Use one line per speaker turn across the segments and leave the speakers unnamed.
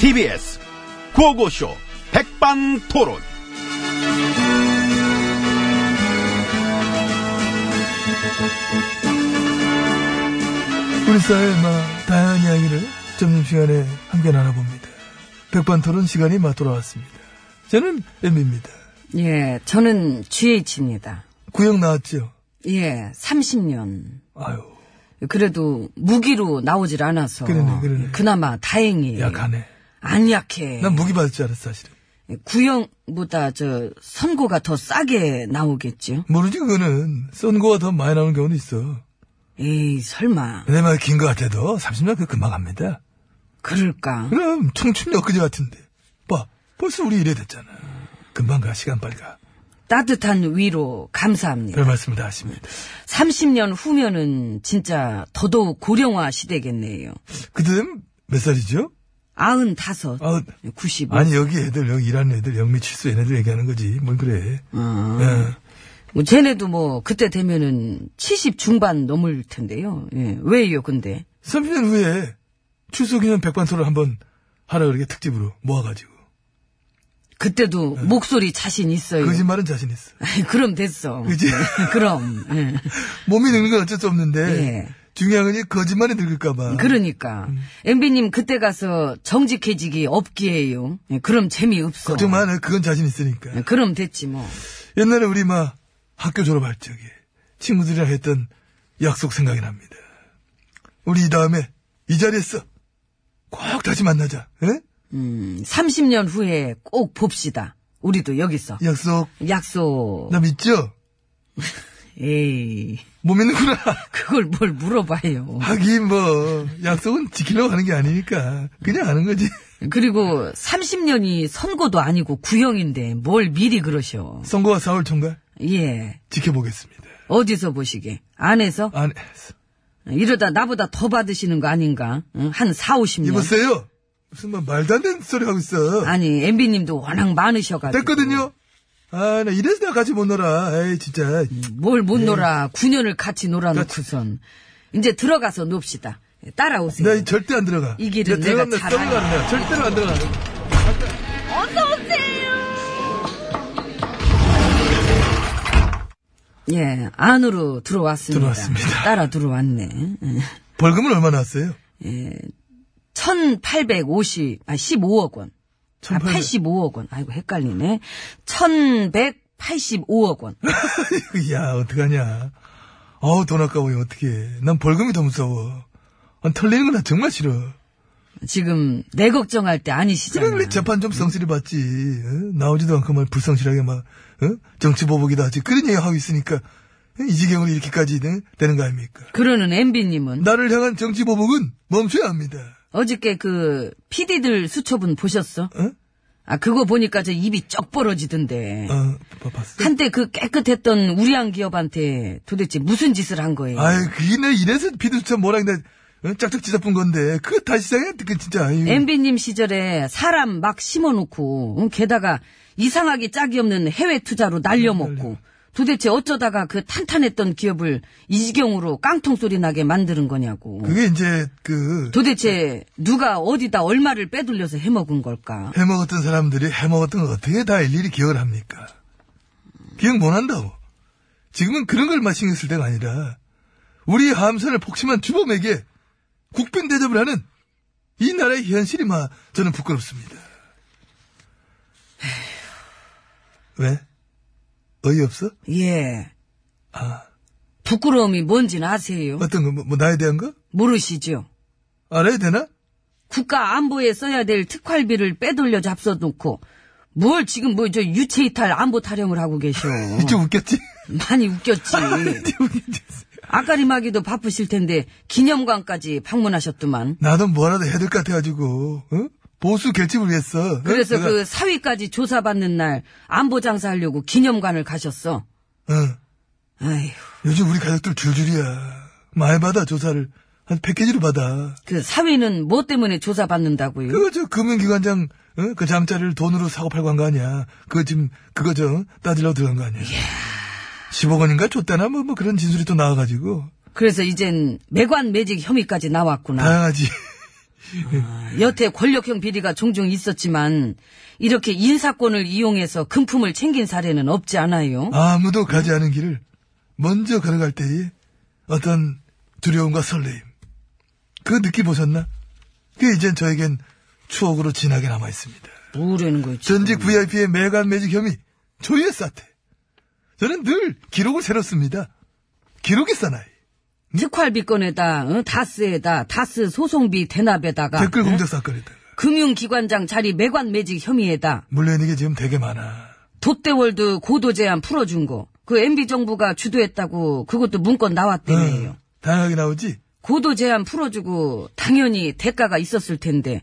TBS 구호고쇼 백반토론.
우리 사회의 막 다양한 이야기를 점심시간에 함께 나눠봅니다. 백반토론 시간이 막 돌아왔습니다. 저는 엠비입니다.
예, 저는 GH입니다.
구역 나왔죠?
예, 30년.
아유,
그래도 무기로 나오질 않아서.
그러네, 그러네.
나마 다행이에요.
약하네.
안 약해.
난 무기 받을 줄 알았어, 사실은.
구형보다 저 선고가 더 싸게 나오겠죠.
모르지, 그거는. 썬 거가 더 많이 나오는 경우는 있어.
에이, 설마.
내말 긴 거 같아도 30년 그 금방 갑니다.
그럴까.
그럼 청춘이 엊그제 같은데. 봐, 벌써 우리 이래 됐잖아. 금방 가, 시간 빨리 가.
따뜻한 위로 감사합니다.
별 말씀을 다 하십니다.
30년 후면은 진짜 더더욱 고령화 시대겠네요.
그다음 몇 살이죠?
95,
아,
95.
아니 여기 애들 여기 일하는 애들 영미 칠수 얘네들 얘기하는 거지 뭔 그래
아.
예.
뭐 쟤네도 뭐 그때 되면은 70 중반 넘을 텐데요. 예. 왜요, 근데?
30년 후에 출소기념 백반토를 한번 하라 그러게 특집으로 모아가지고
그때도
네.
목소리 자신 예. 있어요.
거짓말은 자신 있어
아이, 그럼 됐어.
그지?
그럼. 예.
몸이 늙는 건 어쩔 수 없는데
예.
중요한 건 이 거짓말이 늙을까봐
그러니까
음.
엠비님 그때 가서 정직해지기 없기에요. 예, 그럼 재미 없어.
걱정 마 그건 자신 있으니까
예, 그럼 됐지 뭐.
옛날에 우리 막 학교 졸업할 적에 친구들이랑 했던 약속 생각이 납니다 우리 이 다음에 이 자리에서 꼭 다시 만나자 예?
음, 30년 후에 꼭 봅시다. 우리도 여기서
약속
약속.
나 믿죠?
에이,
못 믿는구나
그걸 뭘 물어봐요.
하긴 뭐 약속은 지키려고 하는 게 아니니까 그냥 하는 거지.
그리고 30년이 선고도 아니고 구형인데 뭘 미리 그러셔.
선거와 4월 총괄
예.
지켜보겠습니다.
어디서 보시게? 안에서?
안
이러다 나보다 더 받으시는 거 아닌가? 응? 한 4, 50년.
여보세요. 무슨 뭐 말도 안 되는 소리 하고 있어.
아니, MB님도 워낙 많으셔가지고.
됐거든요. 아 나 이래서 내가 같이 못 놀아. 에이 진짜
뭘
예.
못 놀아. 9년을 같이 놀아놓고선. 이제 들어가서 놉시다. 따라오세요.
나 절대 안 들어가.
이 길은
나
내가
들어가면
잘
썩어가는
알아.
거야. 절대로 안 들어가.
예, 안으로 들어왔습니다.
들어왔습니다.
따라 들어왔네.
벌금은 얼마 나왔어요?
아, 1850, 아, 15억 원. 아,
1800.
85억 원. 아이고, 헷갈리네. 1185억 원.
야 어떡하냐. 어우 돈 아까워요 어떻게. 난 벌금이 더 무서워. 난 털리는 건 나 정말 싫어.
지금 내 걱정할 때 아니시잖아.
그래, 그래, 그러니까 재판 좀 성실히 봤지. 어? 나오지도 않고 말 불성실하게 막, 어? 정치보복이다. 지금 그런 얘기 하고 있으니까, 어? 이 지경으로 이렇게까지 네? 되는 거 아닙니까?
그러는 MB님은
나를 향한 정치보복은 멈춰야 합니다.
어저께 그 PD들 수첩은 보셨어?
응?
아 그거 보니까 저 입이 쩍 벌어지던데.
어, 봐- 봤어?
한때 그 깨끗했던 우량 기업한테 도대체 무슨 짓을 한 거예요?
아유, 그게 내 이래서 비둘처럼 뭐라 근데, 어? 짝짝 지잡은 건데, 그거 다시 생각해, 그 진짜, 아유.
MB님 시절에 사람 막 심어놓고 응, 게다가 이상하게 짝이 없는 해외 투자로
음,
날려먹고 도대체 어쩌다가 그 탄탄했던 기업을 이 지경으로 깡통 소리 나게 만드는 거냐고.
그게 이제, 그,
도대체 누가 어디다 얼마를 빼돌려서 해먹은 걸까?
해먹었던 사람들이 해먹었던 걸 어떻게 다 일일이 기억을 합니까? 기억 못 한다고. 지금은 그런 걸만 신경 쓸 때가 아니라, 우리 함선을 폭심한 주범에게 국빈 대접을 하는 이 나라의 현실이 마, 저는 부끄럽습니다. 왜? 어이없어?
예.
아,
부끄러움이 뭔진 아세요?
어떤 거, 뭐, 뭐 나에 대한 거?
모르시죠?
알아야 되나?
국가 안보에 써야 될 특활비를 빼돌려 잡숴놓고 뭘 지금 뭐 저 유체이탈 안보 타령을 하고 계셔. 어.
이쪽 웃겼지?
많이 웃겼지.
이쪽 웃겼지?
아까림하기도 바쁘실 텐데 기념관까지 방문하셨더만.
나도 뭐라도 해야 될 것 같아가지고, 응? 보수 결집을 위해서.
그래서
내가-
그 사위까지 조사받는 날 안보 장사하려고 기념관을 가셨어.
응.
아휴.
요즘 우리 가족들 줄줄이야. 많이 받아, 조사를. 한 패키지로 받아.
그 사위는 뭐 때문에 조사받는다고요?
그거 저 금융기관장, 어? 그 잠자리를 돈으로 사고 팔고 한 거 아니야. 그거 지금, 그거 저, 어? 따지려고 들어간 거 아니야. 10억원인가 줬다나, 뭐, 뭐 그런 진술이 또 나와가지고. 네.
그래서 이젠 매관 매직 혐의까지 나왔구나.
다양하지.
여태 권력형 비리가 종종 있었지만 이렇게 인사권을 이용해서 금품을 챙긴 사례는 없지 않아요.
아무도 가지 않은 길을 먼저 걸어갈 때의 어떤 두려움과 설레임. 그거 느끼보셨나? 그게 이젠 저에겐 추억으로 진하게 남아있습니다.
뭐라는 거지?
전직 VIP의 매간 매직 혐의, 조이의 사태. 저는 늘 기록을 새롭습니다 기록이 사나이.
특활비 건에다 어, 다스에다 다스 소송비 대납에다가
댓글
어?
공작 사건이다.
금융기관장 자리 매관 매직 혐의에다
물론 이게 지금 되게 많아.
돗대월드 고도 제한 풀어준 거 그 MB 정부가 주도했다고 그것도 문건 나왔대네요.
어, 다양하게 나오지?
고도 제한 풀어주고 당연히 대가가 있었을 텐데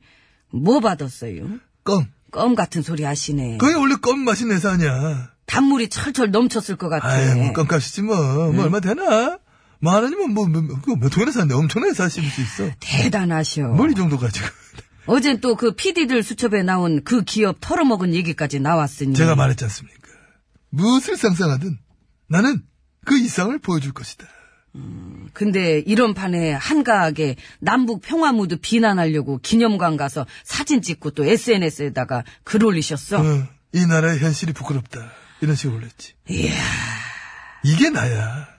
뭐 받았어요?
껌.
껌 같은 소리 하시네.
그게 원래 껌 맛인 회사 아니야.
단물이 철철 넘쳤을 것 같아. 네.
아이, 뭐, 껌값이지, 뭐. 뭐, 얼마 되나? 만 원이면 뭐, 뭐, 그거 몇 통이나 샀는데 엄청나게 사실 수 있어.
대단하셔.
뭘 이 정도 가지고.
어젠 또 그 PD들 수첩에 나온 그 기업 털어먹은 얘기까지 나왔으니.
제가 말했지 않습니까? 무엇을 상상하든 나는 그 이상을 보여줄 것이다.
근데 이런 판에 한가하게 남북 평화무드 비난하려고 기념관 가서 사진 찍고 또 SNS에다가 글 올리셨어.
어, 이 나라의 현실이 부끄럽다. 이런 식으로 올렸지.
이야.
이게 나야.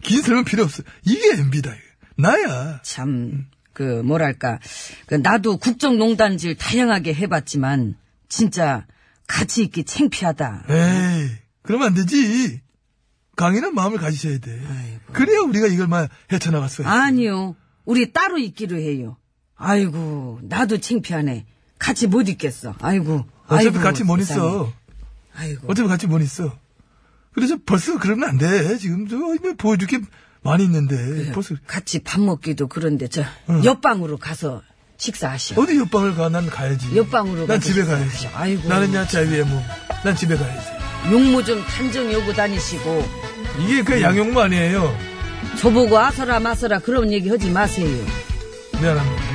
긴 설명 필요 없어. 이게 MB다. 나야.
참, 그, 뭐랄까. 그 나도 국정농단질 다양하게 해봤지만, 진짜 같이 있기 창피하다.
에이, 그러면 안 되지. 강인한 마음을 가지셔야 돼. 그래야 우리가 이걸 막 헤쳐나갈 수가 있어.
아니요. 우리 따로 있기로 해요. 아이고, 나도 창피하네. 같이 못 있겠어. 아이고.
어차피
아이고,
같이 못
세상에.
있어.
아이고.
어차피 같이 못 있어. 그래서 벌써 그러면 안 돼. 지금 저 이미 보여줄 게 많이 있는데. 벌써.
같이 밥 먹기도 그런데 저 옆방으로 가서 식사하시오.
어디 옆방을 가? 난 가야지. 난
옆방으로 가고
집에
싶다.
가야지.
아이고.
나는 야 자유의 몸. 난 집에 가야지.
용모 좀 탄정 요구 다니시고
이게 그 양용무 아니에요.
저보고 아서라 마서라 그런 얘기 하지 마세요.
미안합니다.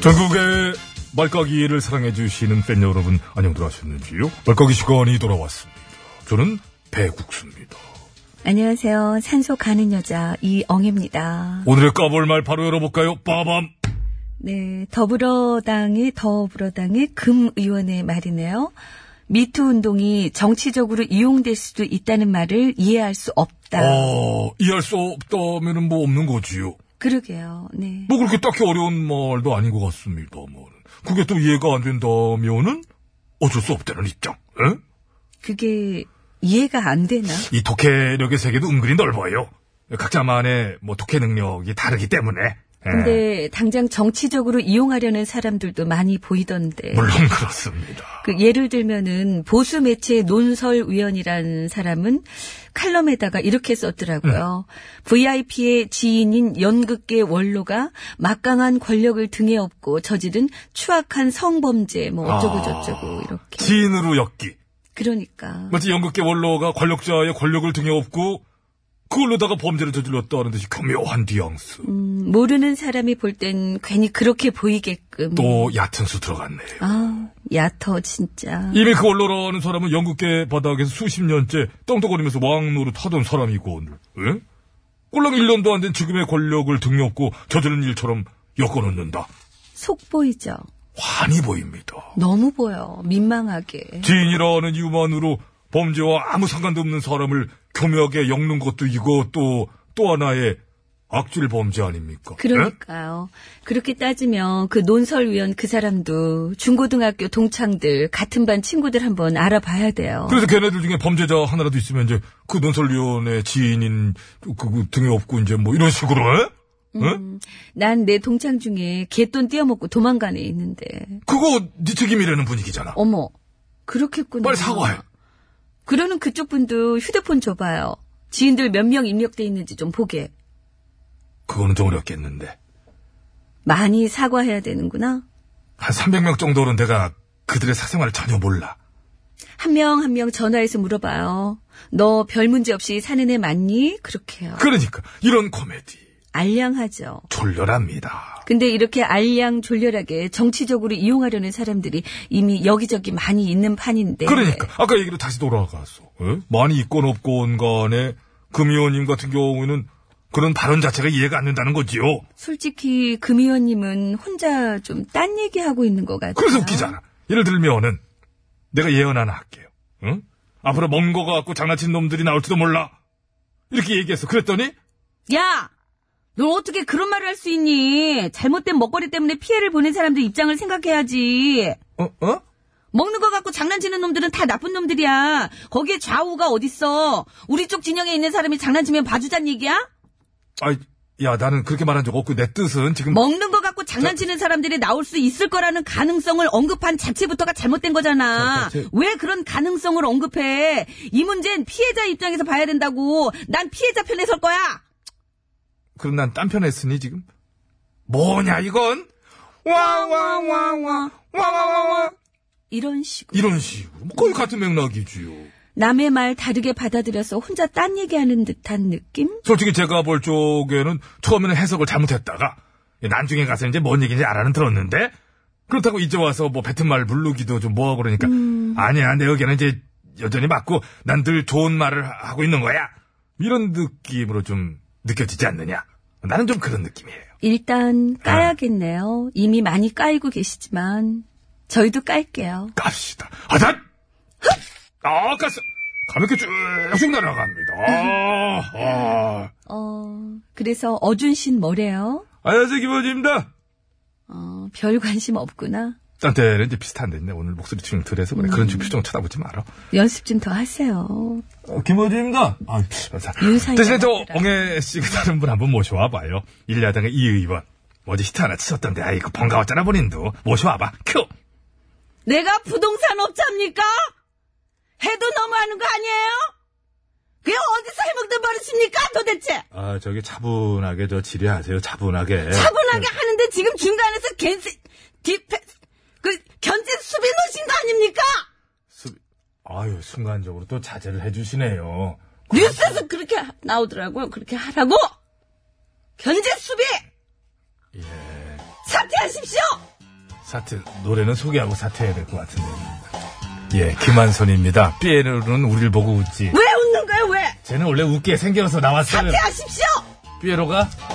전국의 말까기를 사랑해주시는 팬 여러분, 안녕들 하셨는지요? 말까기 시간이 돌아왔습니다. 저는 배국수입니다.
안녕하세요. 산소 가는 여자 이엉입니다.
오늘의 까볼말 바로 열어볼까요? 빠밤!
네, 더불어당이 더불어당의 금 의원의 말이네요. 미투 운동이 정치적으로 이용될 수도 있다는 말을 이해할 수 없다.
어, 이해할 수 없다면은 뭐 없는 거지요.
그러게요. 네.
뭐 그렇게 딱히 어려운 말도 아닌 것 같습니다, 뭐. 그게 또 이해가 안 된다면은 어쩔 수 없다는 입장. 에?
그게 이해가 안 되나?
이 독해력의 세계도 은근히 넓어요. 각자만의 뭐 독해 능력이 다르기 때문에. 예.
근데 당장 정치적으로 이용하려는 사람들도 많이 보이던데.
물론 그렇습니다.
그 예를 들면은 보수 매체 논설위원이란 사람은 칼럼에다가 이렇게 썼더라고요. VIP의 지인인 연극계 원로가 막강한 권력을 등에 업고 저지른 추악한 성범죄 뭐 어쩌고 저쩌고
아,
이렇게.
지인으로 엮기.
그러니까
마치 연극계 원로가 권력자의 권력을 등에 업고 그걸로다가 범죄를 저질렀다는 듯이 교묘한 뉘앙스.
음, 모르는 사람이 볼 땐 괜히 그렇게 보이게끔.
또 얕은 수 들어갔네요.
아 얕어 진짜.
이미 그 원로라는 사람은 연극계 바닥에서 수십 년째 떵떵거리면서 왕노릇 하던 사람이고 예? 꼴랑 1년도 안 된 지금의 권력을 등에 업고 저지른 일처럼 엮어놓는다.
속 보이죠.
환히 보입니다.
너무 보여 민망하게.
지인이라는 이유만으로 범죄와 아무 상관도 없는 사람을 교묘하게 엮는 것도 이것도 또 하나의 악질 범죄 아닙니까? 예?
그러니까요. 그렇게 따지면 그 논설위원 그 사람도 중고등학교 동창들 같은 반 친구들 한번 알아봐야 돼요.
그래서 걔네들 중에 범죄자 하나라도 있으면 이제 그 논설위원회 지인인 그, 그 등에 업고 이제 뭐 이런 식으로 예? 예?
난 내 동창 중에 개돈 띄어먹고 도망간 애 있는데.
그거 네 책임이라는 분위기잖아.
어머, 그렇겠구나. 뭐
빨리 사과해.
그러는 그쪽 분도 휴대폰 줘봐요. 지인들 몇 명 입력돼 있는지 좀 보게.
그거는 좀 어렵겠는데.
많이 사과해야 되는구나.
한 300명 정도는 내가 그들의 사생활을 전혀 몰라.
한 명 한 명 전화해서 물어봐요. 너 별 문제 없이 사는 애 맞니? 그렇게요.
그러니까 이런 코미디
알량하죠.
졸렬합니다.
근데 이렇게 알량 졸렬하게 정치적으로 이용하려는 사람들이 이미 여기저기 많이 있는 판인데.
그러니까 아까 얘기로 다시 돌아가서 예? 많이 있건 없건 간에 금 의원님 같은 경우에는 그런 발언 자체가 이해가 안 된다는 거지요.
솔직히 금 의원님은 혼자 좀 딴 얘기하고 있는 것 같아요.
그래서 웃기잖아. 예를 들면은 내가 예언 하나 할게요. 응? 앞으로 먼 거 갖고 장난친 놈들이 나올지도 몰라. 이렇게 얘기했어. 그랬더니
야! 너 어떻게 그런 말을 할 수 있니? 잘못된 먹거리 때문에 피해를 보낸 사람들 입장을 생각해야지.
어, 어?
먹는 거 갖고 장난치는 놈들은 다 나쁜 놈들이야. 거기에 좌우가 어딨어. 우리 쪽 진영에 있는 사람이 장난치면 봐주잔 얘기야?
아이 야 나는 그렇게 말한 적 없고 내 뜻은 지금
뭐?
먹는 거 갖고 장난치는 사람들이 나올 수 있을 거라는 가능성을 언급한 자체부터가 잘못된 거잖아.
자, 자, 제-
왜 그런 가능성을 언급해? 이 문제는 피해자 입장에서 봐야 된다고. 난 피해자 편에 설 거야.
그럼 난 딴 편 했으니 지금 뭐냐 이건 와와와와 와와와와
이런 식으로.
이런 식으로 뭐 거의 같은 맥락이지요.
남의 말 다르게 받아들여서 혼자 딴 얘기하는 듯한 느낌?
솔직히 제가 볼 적에는 처음에는 해석을 잘못했다가 나중에 가서 이제 뭔 얘기인지 알아는 들었는데 그렇다고 이제 와서 뭐 뱉은 말 부르기도 좀 뭐하고 그러니까 아니야 내 의견은 이제 여전히 맞고 난 늘 좋은 말을 하- 하고 있는 거야 이런 느낌으로 좀 느껴지지 않느냐 나는 좀 그런 느낌이에요.
일단 까야겠네요. 이미 많이 까이고 계시지만 저희도 깔게요.
깝시다. 하단! 아, 깠어. 가볍게 쭉쭉 날아갑니다. 아, 아.
어, 그래서 어준 씨는 뭐래요?
안녕하세요, 김원지입니다.
어, 별 관심 없구나.
딴때는 이제 비슷한데, 근데 오늘 목소리 지금 들에서 그래. 그런 주 표정 쳐다보지 마라.
연습 좀 더 하세요.
어, 김호준입니다. 아,
윤상이
대신에 저
아니라.
엉애 씨가 다른 분 한 분 모셔와봐요. 일야당의 이 의원. 어제 히트 하나 치셨던데, 아이고, 그 번가웠잖아, 본인도. 모셔와봐. 큐!
내가 부동산 업자입니까? 해도 너무하는 거 아니에요? 그게 어디서 해먹던 버릇입니까 도대체?
아, 저기 차분하게 저 질의하세요, 차분하게.
차분하게 하는데 지금 중간에서 겐세, 디페, 그, 견제 수비 놓으신 거 아닙니까?
수- 아유, 순간적으로 또 자제를 해주시네요.
뉴스에서 그렇게 하- 나오더라고요. 그렇게 하라고! 견제 수비! 사퇴하십시오!
사태 노래는 소개하고 사퇴해야 될 것 같은데. 예, 김한선입니다. 삐에로는 우리를 보고 웃지.
왜 웃는 거예요, 왜?
쟤는 원래 웃게 생겨서 나왔어요.
사퇴하십시오!
삐에로가